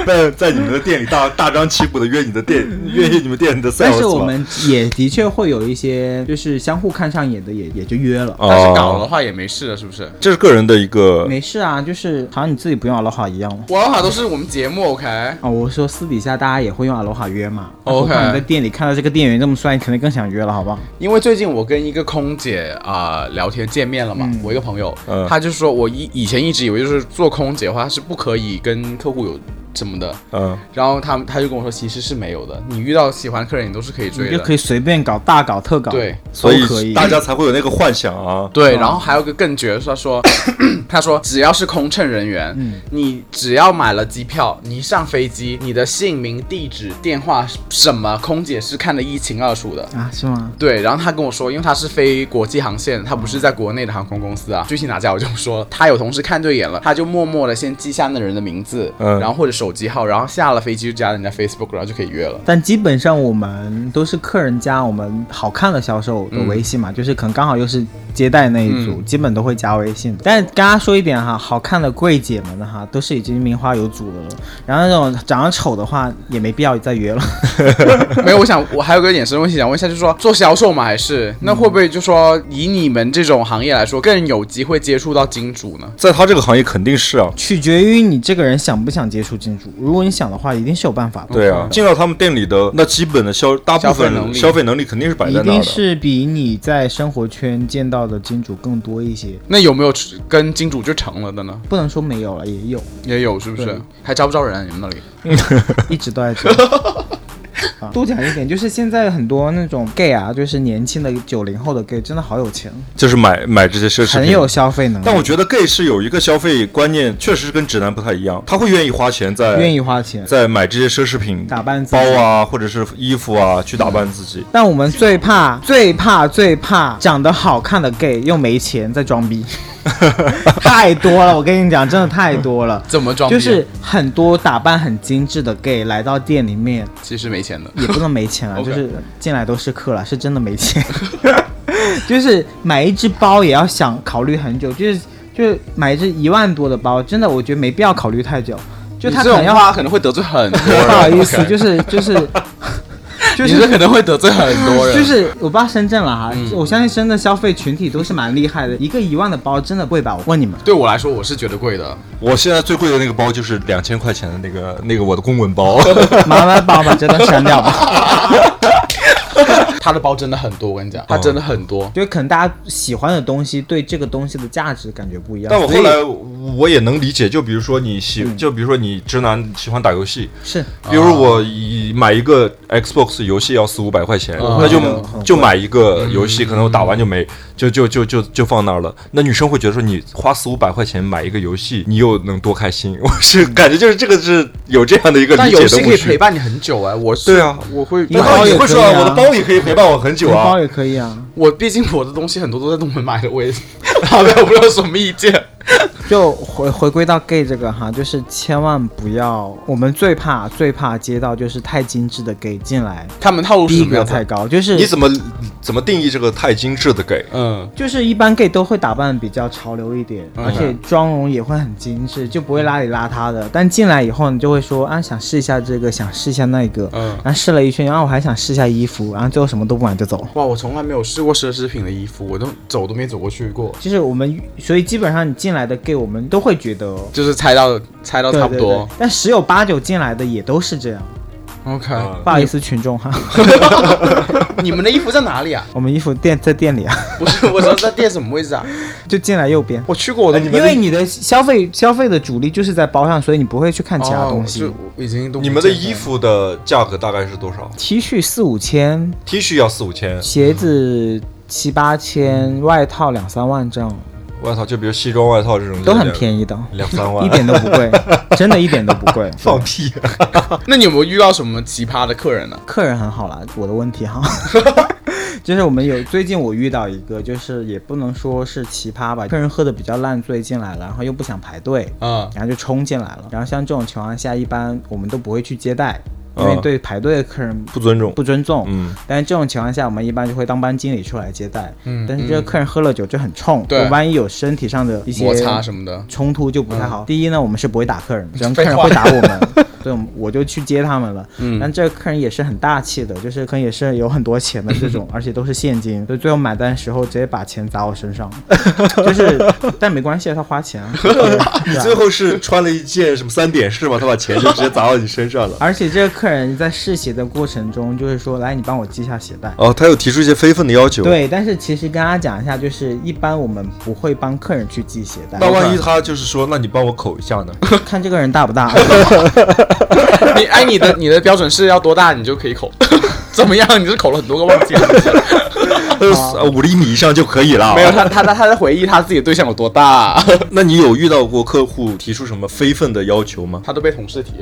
在在你们的店里大大张旗鼓的约你的店，约你们店里的 sales 吧。
但是我们也的确会有一些就是相互看上眼的也，也就约了。
哦
但是搞的话也没事了，是不是？
这是个人的一个
没事啊，就是好像你自己不用阿罗哈一样了。
我的话都是我们节目 OK。
哦，我说私底下大家也会用阿罗哈约嘛。那
OK
何况你在店里看到这个店员这么帅，你肯定更想约了，好不好？
因为最近我跟一个空姐啊、聊天见面了嘛，我一个朋友，
嗯
她就说我以以前一直以为就是做空姐的话是不可以跟客户有什么的，
嗯，
然后他他就跟我说其实是没有的，你遇到喜欢客人你都是可以追
你
的，
就可以随便搞大搞特搞，
对，
所
都可以
以大家才会有那个幻想啊。
对，然后还有个更绝的是，他说， 他说只要是空乘人员，你只要买了机票，你一上飞机，你的姓名、地址、电话什么，空姐是看得一清二楚的。
啊，是吗？
对，然后他跟我说，因为他是飞国际航线，他不是在国内的航空公司啊，具体哪家我就不说了。他有同事看对眼了，他就默默的先记下那人的名字，
嗯
然后或者手机号，然后下了飞机就加人家 Facebook，然后就可以约了。
但基本上我们都是客人加我们好看的销售的微信嘛，就是可能刚好又是接待那一组，基本都会加微信的。但跟大家说一点哈，好看的柜姐们的哈，都是已经名花有主的了。然后那种长得丑的话，也没必要再约了。
没有，我想我还有个衍生问题想问一下，就是说做销售嘛，还是那会不会就说以你们这种行业来说，更有机会接触到金主呢？
在他这个行业肯定是啊，
取决于你这个人想不想接触金主，如果你想的话，一定是有办法的。
对啊，进到他们店里的那基本的消，大部
消费能
分
力
消费能力肯定是摆
一
在那
定
儿的。
是比你在生活圈见到的金主更多一些，
那有没有跟金主就成了的呢？
不能说没有了，也 有，
也有是不是
嗯对？
还招不招人啊？你们那里？
一直都在这 样。啊多讲一点，就是现在很多那种 gay 啊，就是年轻的九零后的 gay，真的好有钱，
就是买买这些奢侈
很
品。
有消费能
但
力，
我觉得 gay 是有一个消费观念，确实是跟直男不太一样，他会愿意花钱在
愿意花钱。
在买这些奢侈品、
打扮自
包
己嗯
啊，或者是衣服啊，去打扮自己。
但我们最怕、最怕、最怕长得好看的 gay 又没钱在装 逼，太多了。我跟你讲，真的太多 了。
怎么装
啊
逼？
就是很多打扮很精致的 gay 来到店里面，
其实没钱的。
也不能没钱了，
OK
就是进来都是客了，是真的没钱。就是买一只包也要想考虑很久，就是就是买一只一万多的包，真的我觉得没必要考虑太久。就
你
他
这
可能
种
要
话可能会得罪很多人。
不好意思，
OK
就是就是就
你这
是
可能会得罪很多人。
就是我不知道深圳了哈，我相信深圳消费群体都是蛮厉害的，一个一万的包真的贵吧？我问你们，
对我来说，我是觉得贵的。
我现在最贵的那个包就是两千块钱的那个那个我的公 文包，
麻烦帮我把这段删掉吧。
他的包真的很多，我跟你讲，他真的很多。
就是可能大家喜欢的东西对这个东西的价值感觉不一样，
但我
所
后
以嗯
来我也能理解，就比如说你喜，就比如说你直男喜欢打游戏，
是
比如我以买一个 Xbox 游戏要四五百块钱，
啊
那就
很贵
就买一个游戏，可能我打完就没，就就就就就放那儿了。那女生会觉得说你花四五百块钱买一个游戏，你又能多开心？我是感觉就是这个是有这样的一个
但
理
游
解
戏
的
可
误
以陪
区。
伴你很久哎，我是
对啊
我会
因为
那
包
你
也
会说
可以啊
我的包也可以陪伴我很久
红
啊
包。也可以啊。
我毕竟我的东西很多都在东门买的，我也 好的，我不知道什么意 见。
就回回归到 gay 这个哈，就是千万不要，我们最怕最怕接到就是太精致的 gay 进来，
他们套路是
逼
什么
格
样子
太？高，就是
你怎么怎么定义这个太精致的给？
嗯，
就是一般 gay 都会打扮比较潮流一点，
嗯
而且妆容也会很精致，就不会邋里邋遢的。但进来以后，你就会说啊，想试一下这个，想试一下那个，
嗯
然后试了一圈，然啊后我还想试一下衣服，然后最后什么都不买就走了。
哇，我从来没有试过奢侈品的衣服，我都走都没走过去过，
就是我们，所以基本上你进来的 gay，我们都会觉得
就是猜到猜到
对
差不
对
多
对。但十有八九进来的也都是这样，
OK，、
嗯
不好意思，群众哈，
你们的衣服在哪里啊？
我们衣服店在店里啊，
不是，我说在店什么位置啊？哎
就进来右边。
我去过我的，
因为你的消费消费的主力就是在包上，所以你不会去看其他东西。
哦我就已经都不
你们的
见了
衣服的价格大概是多少
T 恤四五千，
？T 恤要四五千，
鞋子七八千，外套两三万这样，
外套就比如西装外套这种
都很
宜，
便宜的，
两三万，
一点都不 贵，真的一点都不贵。
放屁。啊
那你有没有遇到什么奇葩的客人呢、
客人很好啦，我的问题哈。 就是我们有最近我遇到一个，就是也不能说是奇葩吧，客人喝的比较烂醉进来了，然后又不想排队，
啊？
然后就冲进来了。然后像这种情况下，一般我们都不会去接待，因为
嗯
对排队的客人
不尊重。
不尊重。
嗯，
但是这种情况下，我们一般就会当班经理出来接待。
嗯
但是这个客人喝了酒就很冲，
对
我万一有身体上的一些
摩擦什么的，嗯
冲突就不太好。第一呢，我们是不会打客人的，只能客
废
人
话
会打我 们，所以我们我就去接他们了。
嗯
但这个客人也是很大气的，就是可能也是有很多钱的这种，而且都是现金，所以最后买单的时候直接把钱砸我身上， 就是但没关系，他花钱啊。
你
对啊
最后是穿了一件什么三点式嘛？他把钱就直接砸到你身上了。
而且这个客人在试鞋的过程中，就是说，来，你帮我系一下鞋带。
哦，他有提出一些非分的要求。，
对，但是其实跟大家讲一下，就是一般我们不会帮客人去系鞋带，
那万一他就是说，那你帮我口一下 呢？
看这个人大不 大。
你哎，你的你的标准是要多大你就可以口， 怎么样？你是口了很多个忘记了？
啊
呃，五厘米以上就可以了。
没有，，他他他他在回忆他自己的对象有多大，
那你有遇到过客户提出什么非分的要求吗？
他都被同事提。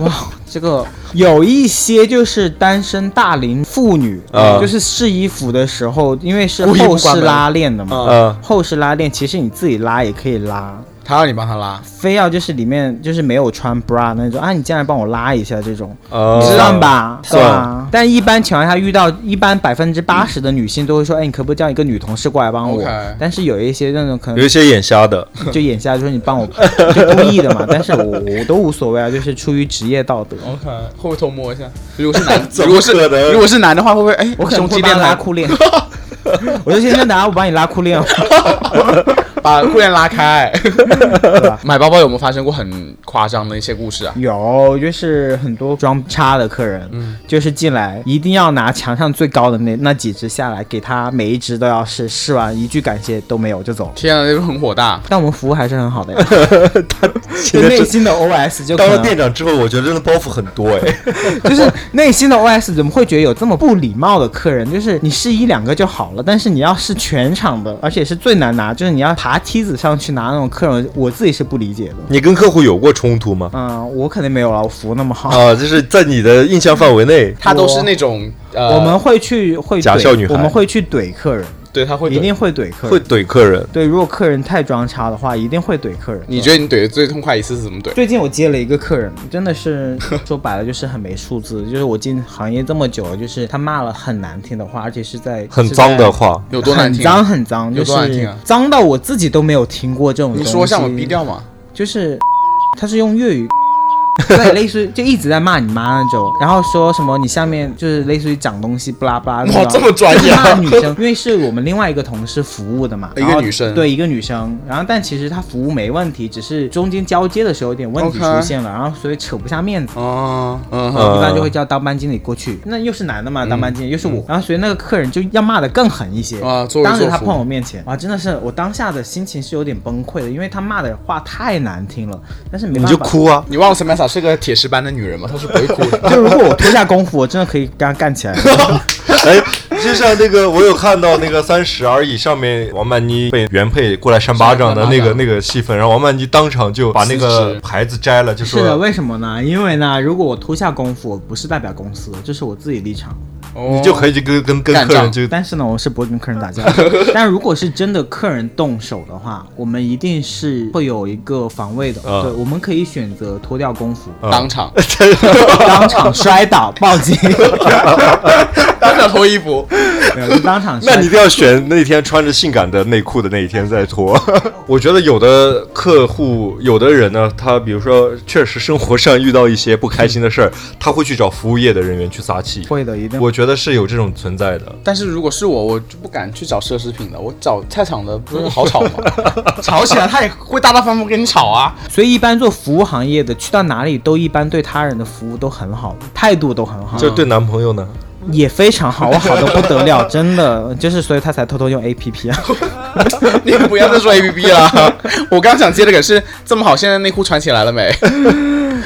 哇，这个有一些就是单身大龄妇女，
啊
就是试衣服的时候，因为是
故意不
后
关
视
门
拉链的嘛，
啊
呃，
后视拉链其实你自己拉也可以拉，
他让你帮他拉，
非要就是里面就是没有穿 bra 那种啊，你进来帮我拉一下这种，
哦
你算吧，啊
算
吧。嗯但一般情况下遇到，一般百分之八十的女性都会说，哎，你可不可以叫一个女同事过来帮我
OK？
但是有一些那种可
有一
能
些眼瞎 的，，
就眼瞎，就是你帮我就故意的嘛。但是我我都无所谓啊，就是出于职业道德，
OK，会不会偷摸一下？如果是 男
怎么
如果是
可能
如果是男的话，会不会哎，
我可能
胸
会
肌
帮
练
他拉
来，
裤链。我就先生，等下我帮你拉裤链哦，
把裤链 拉开。买包包有没有发生过很夸张的一些故事啊？
有，就是很多装叉的客人，就是进来一定要拿墙上最高的那那几只下来，给他每一只都要试，试完一句感谢都没有就走了。
天啊，那个很火大。
但我们服务还是很好的呀，就
在
内
是
心的 OS 就可
当了
能
店长之后，我觉得真的包袱很多哎。
就是内心的 OS 怎么会觉得有这么不礼貌的客人？就是你试一两个就好了，但是你要试全场的，而且是最难拿，就是你要爬梯子上去拿那种客人，我自己是不理解的。
你跟客户有过冲突吗？
嗯，我肯定没有了，我服务那么好。
啊，就是在你的印象范围内，
他都是那种呃，
我们会去会
假笑
怼
女孩
我们会去怼客人，
对他会怼
一定会怼客人，
会怼客人。
对，如果客人太装叉的话，一定会怼客人。
你觉得你怼的最痛快一次是怎么怼？
最近我接了一个客人， 真的是说白了就是很没素质，就是我进行业这么久了，就是他骂了很难听的话，而且是在
很脏的，
是在
话，
有多难
很
听？啊
脏很脏，
有
就
多难听
是
啊
脏到我自己都没有听过这种东
你
西。
说一下我逼掉嘛？
就是他是用粤语。 对，类似于就一直在骂你妈那种，然后说什么你下面就是类似于长东西，不拉不拉。
哇这么专业啊
骂女生，因为是我们另外一个同事服务的嘛，
一个
然后
女生
对，一个女生。然后但其实她服务没问题，只是中间交接的时候有点问题
OK
出现了然后所以扯不下面子。
哦，嗯哼，
呃
一般就会叫当班经理过去，那又是男的嘛，当班经理又是我，然后所以那个客人就要骂的更狠一些
啊作威
当时
作
他
福
碰我面前，哇，真的是我当下的心情是有点崩溃的，因为他骂的话太难听了，但是没
你
办法，
就哭啊！
你忘了 Samantha 是个铁石般的女人吗？她是不会哭的。
就如果我脱下功夫，我真的可以跟他干起来。
哎，就像那个，我有看到那个《三十而已》上面王曼妮被原配过来扇巴掌的那
扇
个
巴掌
那个戏份，然后王曼妮当场就把那
辞
个
职
牌子摘了，就是
的，
说
为什么呢？因为呢，如果我脱下功夫，我不是代表公司，这是我自己立场。
哦
你就可以去跟跟跟
干
客人
仗
就
但是呢，我是不会跟客人打架的。但如果是真的客人动手的话，我们一定是会有一个防卫的。
啊
对，我们可以选择脱掉功夫，
嗯
哦当 场
当场摔倒报 警，
当场脱衣服，
没有就当场
那
摔
你一定要选那天穿着性感的内裤的那一天再脱。 我觉得有的客户，有的人呢，他比如说确实生活上遇到一些不开心的事儿，他会去找服务业的人员去撒气。
会的，一定。
我觉得是有这种存在的。
但是如果是我，我就不敢去找奢侈品的，我找菜场的不是好 吵吗？吵起来他也会大大方方跟你吵啊。
所以一般做服务行业的，去到哪里都一般对他人的服务都很好，态度都很好，
就对男朋友呢？
也非常好，我好的不得 了，真的，就是所以他才偷偷用 A P P 啊。
你不要再说 A P P 了，我刚想接的梗是这么好，现在内裤穿起来了没？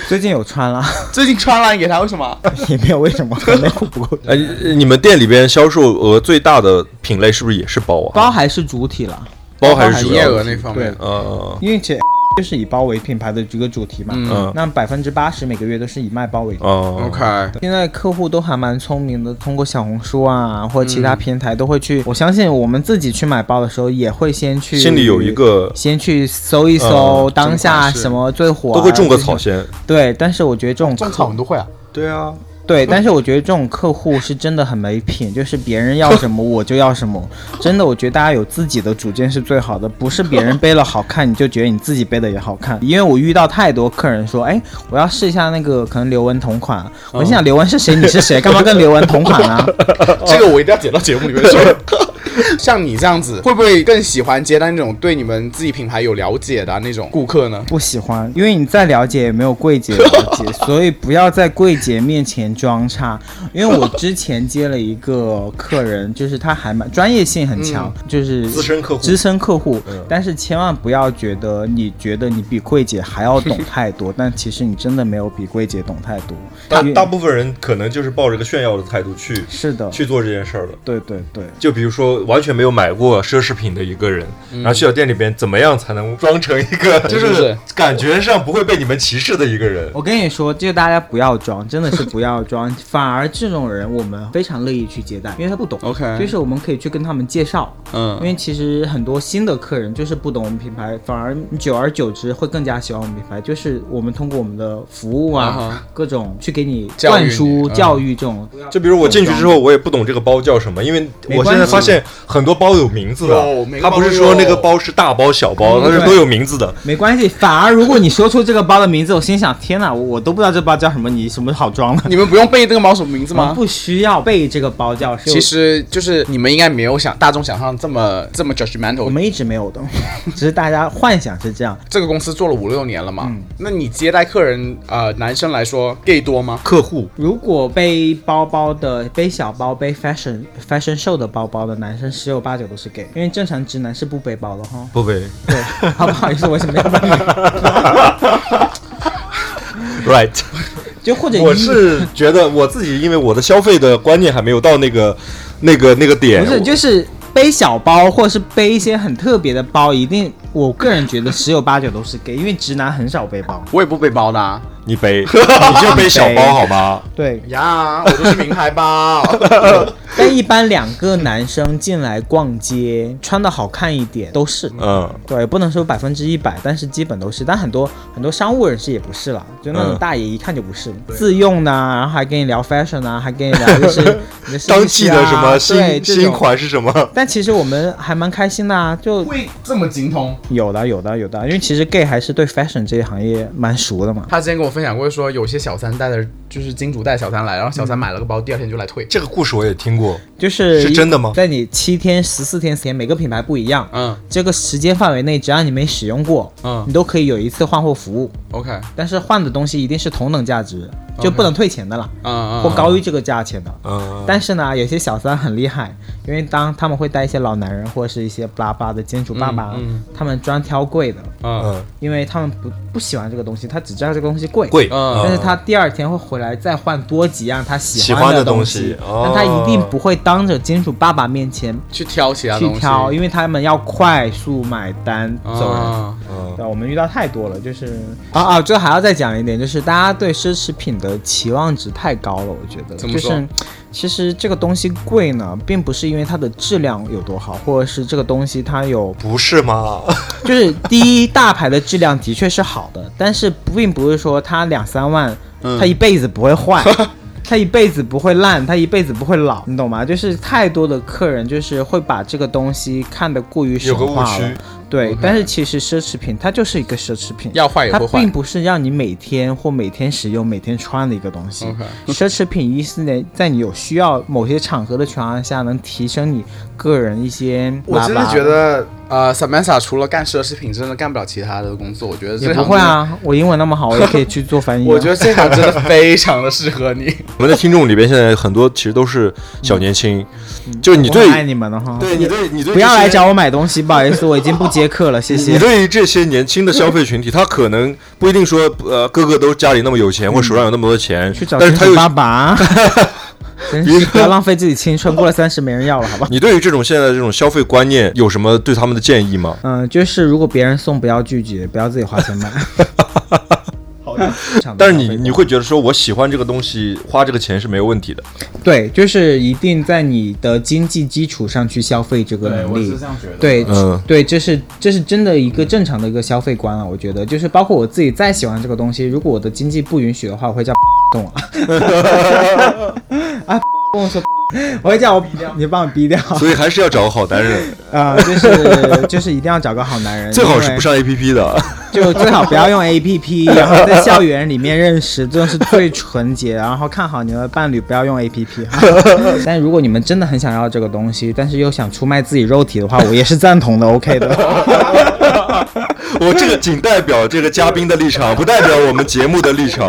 最近有穿 了，
最近穿了，你给他为什么？
也没有为什么，可能内裤不够。
哎，你们店里边销售额最大的品类是不是也是包啊？
包还是主体了，
包还是
营
主
业
要
额
的？
那方面
对，
呃，
因为且就是以包为品牌的一个主题嘛。
嗯
那百分之八十每个月都是以卖包为主。
哦
OK，
现在客户都还蛮聪明的，通过小红书啊或者其他平台都会去。我相信我们自己去买包的时候，也会先去
嗯心里有一个
先去搜一搜
呃
当下
款式
什么最火啊，
都会种个
最什
草
么。
先。
对，但是我觉得这种
种
客
草你都会啊？
对啊，
对，但是我觉得这种客户是真的很没品，就是别人要什么我就要什么。真的，我觉得大家有自己的主见是最好的，不是别人背了好看你就觉得你自己背的也好看。因为我遇到太多客人说，哎，我要试一下那个可能刘雯同款，啊我心想刘雯是谁，你是谁，干嘛跟刘雯同款啊？
这个我一定要剪到节目里面说。 像你这样子，会不会更喜欢接待那种对你们自己品牌有了解的、那种顾客呢？
不喜欢，因为你再了解也没有柜姐了解， 所以不要在柜姐面前装叉。因为我之前接了一个客人，就是他还蛮专业性很强，就是
嗯资深客户
资深客户
嗯。
但是千万不要觉得你觉得你比柜姐还要懂太 多，但其实你真的没有比柜姐懂太多。
大
因为
大部分人可能就是抱着个炫耀的态度去
是的，
去做这件事儿了。
对对对。
就比如说完全没有买过奢侈品的一个人，然后去到店里边，怎么样才能装成一个嗯就是是感觉上不会被你们歧视的一个人？
我跟你说，这个大家不要装，真的是不要装。反而这种人，我们非常乐意去接待，因为他不懂。
OK
就是我们可以去跟他们介绍，因
嗯，
为其实很多新的客人就是不懂我们品牌，反而久而久之会更加喜欢我们品牌。就是我们通过我们的服务啊，
啊哈
各种去给你
教育
灌
你
输
嗯
教育这种。
就比如我进去之后，我也不懂这个包叫什么，因为
没
我
关
现在
系
发现很多包有名字的
有每，个
它
包
不
都
是说那个
有
包是大包小
嗯
包，它是都有名字的。
没关系，反而如果你说出这个包的名字，我心想：天哪，我我都不知道这包叫什么，你什么好装的？
你们不用背这个猫什么名字
我们
吗？
不需要背这个包叫什么。
其实就是你们应该没有想大众想象这么这么 judgmental。
我们一直没 有的，只是大家幻想是这样。
这个公司做了五六年了嘛，那你接待客人，呃，男生来说 gay 多吗？
客户
如果背包包的、背小包、背 fashion fashion show 的包包的男生，十有八九都是 gay，因为正常直男是不背包的哈。
不呗
对，好不好意思，我是没有办法。
，right。
就或者
我
一
是觉得我自己，因为我的消费的观念还没有到那个、那个、那个点。
不是
我
就是背小包，或者是背一些很特别的包，一定我个人觉得十有八九都是 gay，因为直男很少背包。
我也不背包的、啊、
你背，你就背小包好吗？
对，
呀，我都是名牌 包。
但一般两个男生进来逛街，穿的好看一点都是。
嗯，
对，不能说百分之一百，但是基本都是。但很多很多商务人士也不是啦，就那种
嗯
大爷一看就不是，自用呢，然后还跟你聊 fashion 啊，还跟你聊 就是你的设计师啊
当季的什么
对
新
这
新
种。
款是什么？
但其实我们还蛮开心的啊，就
会这么精通？
有的有的有的，因为其实 gay 还是对 fashion 这一行业蛮熟的嘛。
他之前跟我分享过说，有些小三带着就是金主带小三来，然后小三买了个包，第二天就来退。
这个故事我也听过，
就是
是真的吗
在你七天、十四天时间，每个品牌不一样，
嗯
这个时间范围内，只要你没使用过，
嗯
你都可以有一次换货服务，
，OK，
但是换的东西一定是同等价值，就不能退钱的啦。
嗯嗯，
或高于这个价钱的。
嗯，
但是呢，有些小三很厉害，因为当他们会带一些老男人或者是一些巴拉巴拉的金主爸爸，
嗯
他们专挑贵的，
嗯
嗯，
因为他们不不喜欢这个东西，他只知道这个东西贵。
贵，
嗯
但是他第二天会回来再换多几样他喜
喜欢
的
的东
西，
西哦
但他一定不会当着金主爸爸面前
去挑其他
去
东西，哦
挑，因为他们要快速买单走人。
啊
嗯，
对，我们遇到太多了，就是啊啊，这还要再讲一点，就是大家对奢侈品的期望值太高了，我觉得
怎
就
么说
是其实这个东西贵呢，并不是因为它的质量有多好，或者是这个东西它有，
不是吗？
就是第一大牌的质量的确是好的，但是并不是说它两三万，它一辈子不会坏。
嗯
它一辈子不会烂，它一辈子不会老，你懂吗？就是太多的客人就是会把这个东西看得过于神
有个误
化了，
区，
对但是其实奢侈品它就是一个奢侈品，
要坏也
它
会坏
并不是让你每天或每天使用、每天穿的一个东西。
OK
奢侈品一是呢，在你有需要某些场合的情况下，能提升你个人一些啊
我
拉
真
拉。
的觉得，呃，Samantha 除了干奢侈品，真的干不了其他的工作。我觉得
也
这
不
行
会啊，我英文那么好，我也可以去做翻译、啊。
真的。我觉得这行真的非常的适 合你。
我们的听众里边现在很多其实都是小年轻，就是你
嗯我
对
很爱你们的哈。
对你对你对
不要
这些
来找我买东西，不好意思，我已经不接客了，谢
你
谢。
对于这些年轻的消费群体，他可能不一定说，呃，个个都家里那么有钱，或手上有那么多钱
嗯去，找
但是
金
他
主爸
有。
爸， 真是不要浪费自己青春，过了三十没人要了，好吧？
你对于这种现在的这种消费观念有什么对他们的建议吗？
嗯，就是如果别人送，不要拒绝，不要自己花 钱买。好的，
但是你你会觉得说，我喜欢这个东西，花这个钱是没有问题的。
对，就是一定在你的经济基础上去消费这个能力。
样觉得。
对，
嗯
对，这是这是真的一个正常的一个消费观啊，我觉得就是包括我自己再喜欢这个东西，如果我的经济不允许的话，我会叫动啊， 啊，跟我说，我会叫我你帮我逼掉
所以还是要找个好 男人，
啊、就是就是一定要找个好男人，
最好
因
是
为
不上 A P P 的。
就最好不要用 A P P，然后在校园里面认识，这是最纯洁。然后看好你的伴侣，不要用 A P P。但 如果你们真的很想要这个东西，但是又想出卖自己肉体的话，我也是赞同的，OK 的。
我这个仅代表这个嘉宾的立场，不代表我们节目的立 场。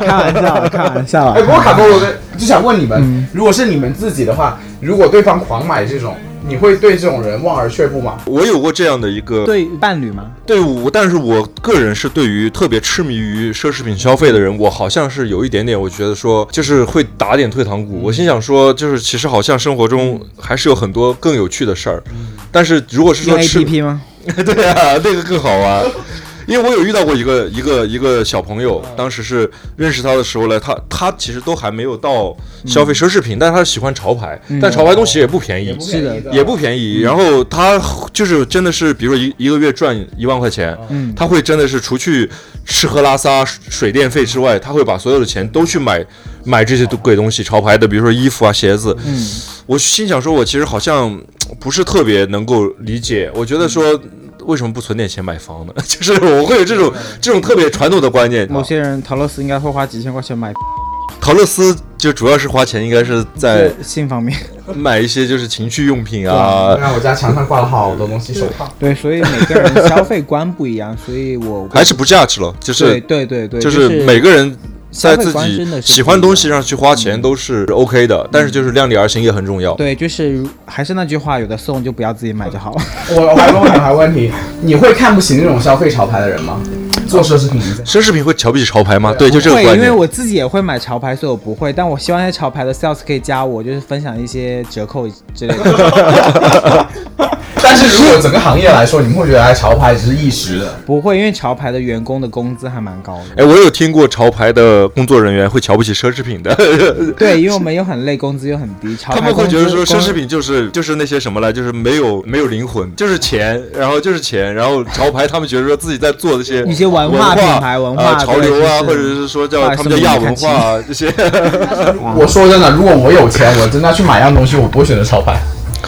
开玩笑，开玩笑啊嗯
哎，不。过卡波罗哥就想问你们，如果是你们自己的话，如果对方狂买这种，你会对这种人望而却步吗？
我有过这样的一个
对伴侣吗？
对我，但是我个人是对于特别痴迷于奢侈品消费的人，我好像是有一点点，我觉得说就是会打点退堂
嗯
鼓。我心想说，就是其实好像生活中还是有很多更有趣的事儿，但是如果是
用
说
A
吃
嗯 E P，P 吗？
对啊，那个更好玩。因为我有遇到过一个一个一个小朋友，当时是认识他的时候呢，他他其实都还没有到消费奢侈品，但是他喜欢潮牌，但潮牌东嗯西也不便宜，
是的
也不便宜。然后他就是真的是，比如说一一个月赚一万块钱，
嗯
他会真的是除去吃喝拉撒、水水电费之外，他会把所有的钱都去买买这些贵东西，潮牌的，比如说衣服啊、鞋子。
嗯，
我心想说，我其实好像呃不是特别能够理解，我觉得说。为什么不存点钱买房呢？ 就是我会有这种这种特别传统的观念。
嗯某些人陶乐斯应该会花几千块钱买
陶乐斯就主要是花钱，应该是在
这性方面。
买一些就是情趣用品
呃
啊，
看我家墙上挂了好多东西，手套。
对，所以每个人消费观不一样，所以我
还是不 judge 了，就
对
是
对对对，就
就
是
每个人在自
消费观真
己
的是
喜欢东西上去花钱都是 OK 的，但是就是量力而行也很重要。
对，就是如还是那句话，有的送就不要自己买就 好了。
我我还问我还问题，你会看不起那种消费潮牌的人吗？做奢侈品的
奢侈品会瞧不起潮牌吗？对，就这
啊
个
会，
观
因为
念。
我自己也会买潮牌，所以我不会。但我希望那些潮牌的 sales 可以加我，就是分享一些折扣之类 的。
但是如果整个行业来说，你们会觉得哎，潮牌只是一时的，
不会，因为潮牌的员工的工资还蛮高的。
哎，我有听过潮牌的工作人员会瞧不起奢侈品的，
对，因为我们又很累，工资又很低，潮
他
牌
们
工
会
资
觉得说
工
奢侈品就是就是那些什么来，就是没有没有灵魂，就是钱，然后就是钱，然后潮牌他们觉得说自己在做这些
一些文化品牌文化
呃潮流啊，
对就是
或者是说叫他们叫亚文化啊这些。
我说真的，如果我有钱，我真的去买样东西，我不会选择潮牌。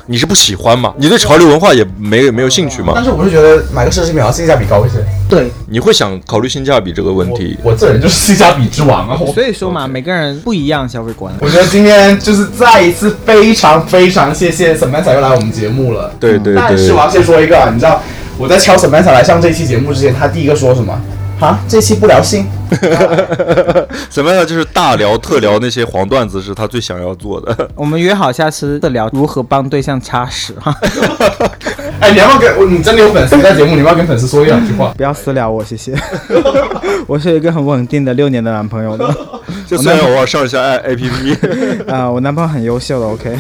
你是不喜欢吗？你对潮流文化也没没有兴趣吗？
但是我是觉得买个奢侈品要性价比高一些。
对。
你会想考虑性价比这个问题。
我这人就是性价比之王啊！
哦
我
所以说嘛，每个人不一样消费观。
我觉得今天就是再一次非常非常谢谢 Samantha 又来我们节目了。
对对
但是我要先说一个啊，你知道我在敲 Samantha 来上这期节目之前，他第一个说什么？啊，这期不聊性，
怎么样？就是大聊特聊那些黄段子是他最想要做 的。
我们约好下次再聊如何帮对象插 屎哈，
哎，你要不要跟我？你真的有粉丝在节目，你要不要跟粉丝说一两句话？
不要私聊我，谢谢。 我是有一个很稳定的六年的男朋友的，
就虽然偶尔上一下 A A P P，
啊、我男朋友很优秀的，OK。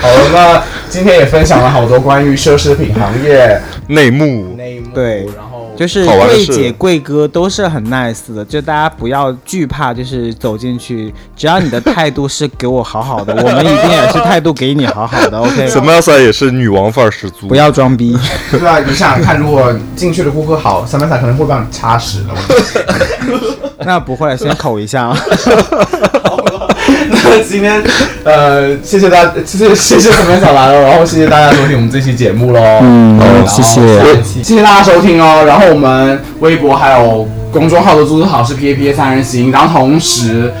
好了，那今天也分享了好多关于奢侈品行业
内幕。
内幕，
对
然后
就是
好玩的
柜
是
姐、柜哥都是很 nice 的，就大家不要惧怕，就是走进去，只要你的态度是给我好 好的，我们一定也是态度给你好好的，OK。
怎么样算也是女王范儿十足
不。要装逼，
对啊，你想想看，如果进去的顾客好，Samantha 可能会帮你擦屎的。我
那不会，先口一下啊。
那今天，呃，谢谢大家，谢谢谢谢 Samantha 来了，然后谢谢大家收听我们这期节目喽。
嗯
然后
谢谢
下一期谢谢大家收听哦。然后我们微博还有公众号的注册号是 P A P A 三人行，然后同时。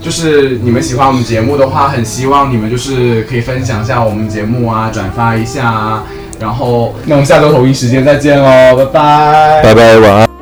就是你们喜欢我们节目的话，很希望你们就是可以分享一下我们节目啊，转发一下啊，然后那我们下周同一时间再见喽，拜拜。
拜拜，晚安。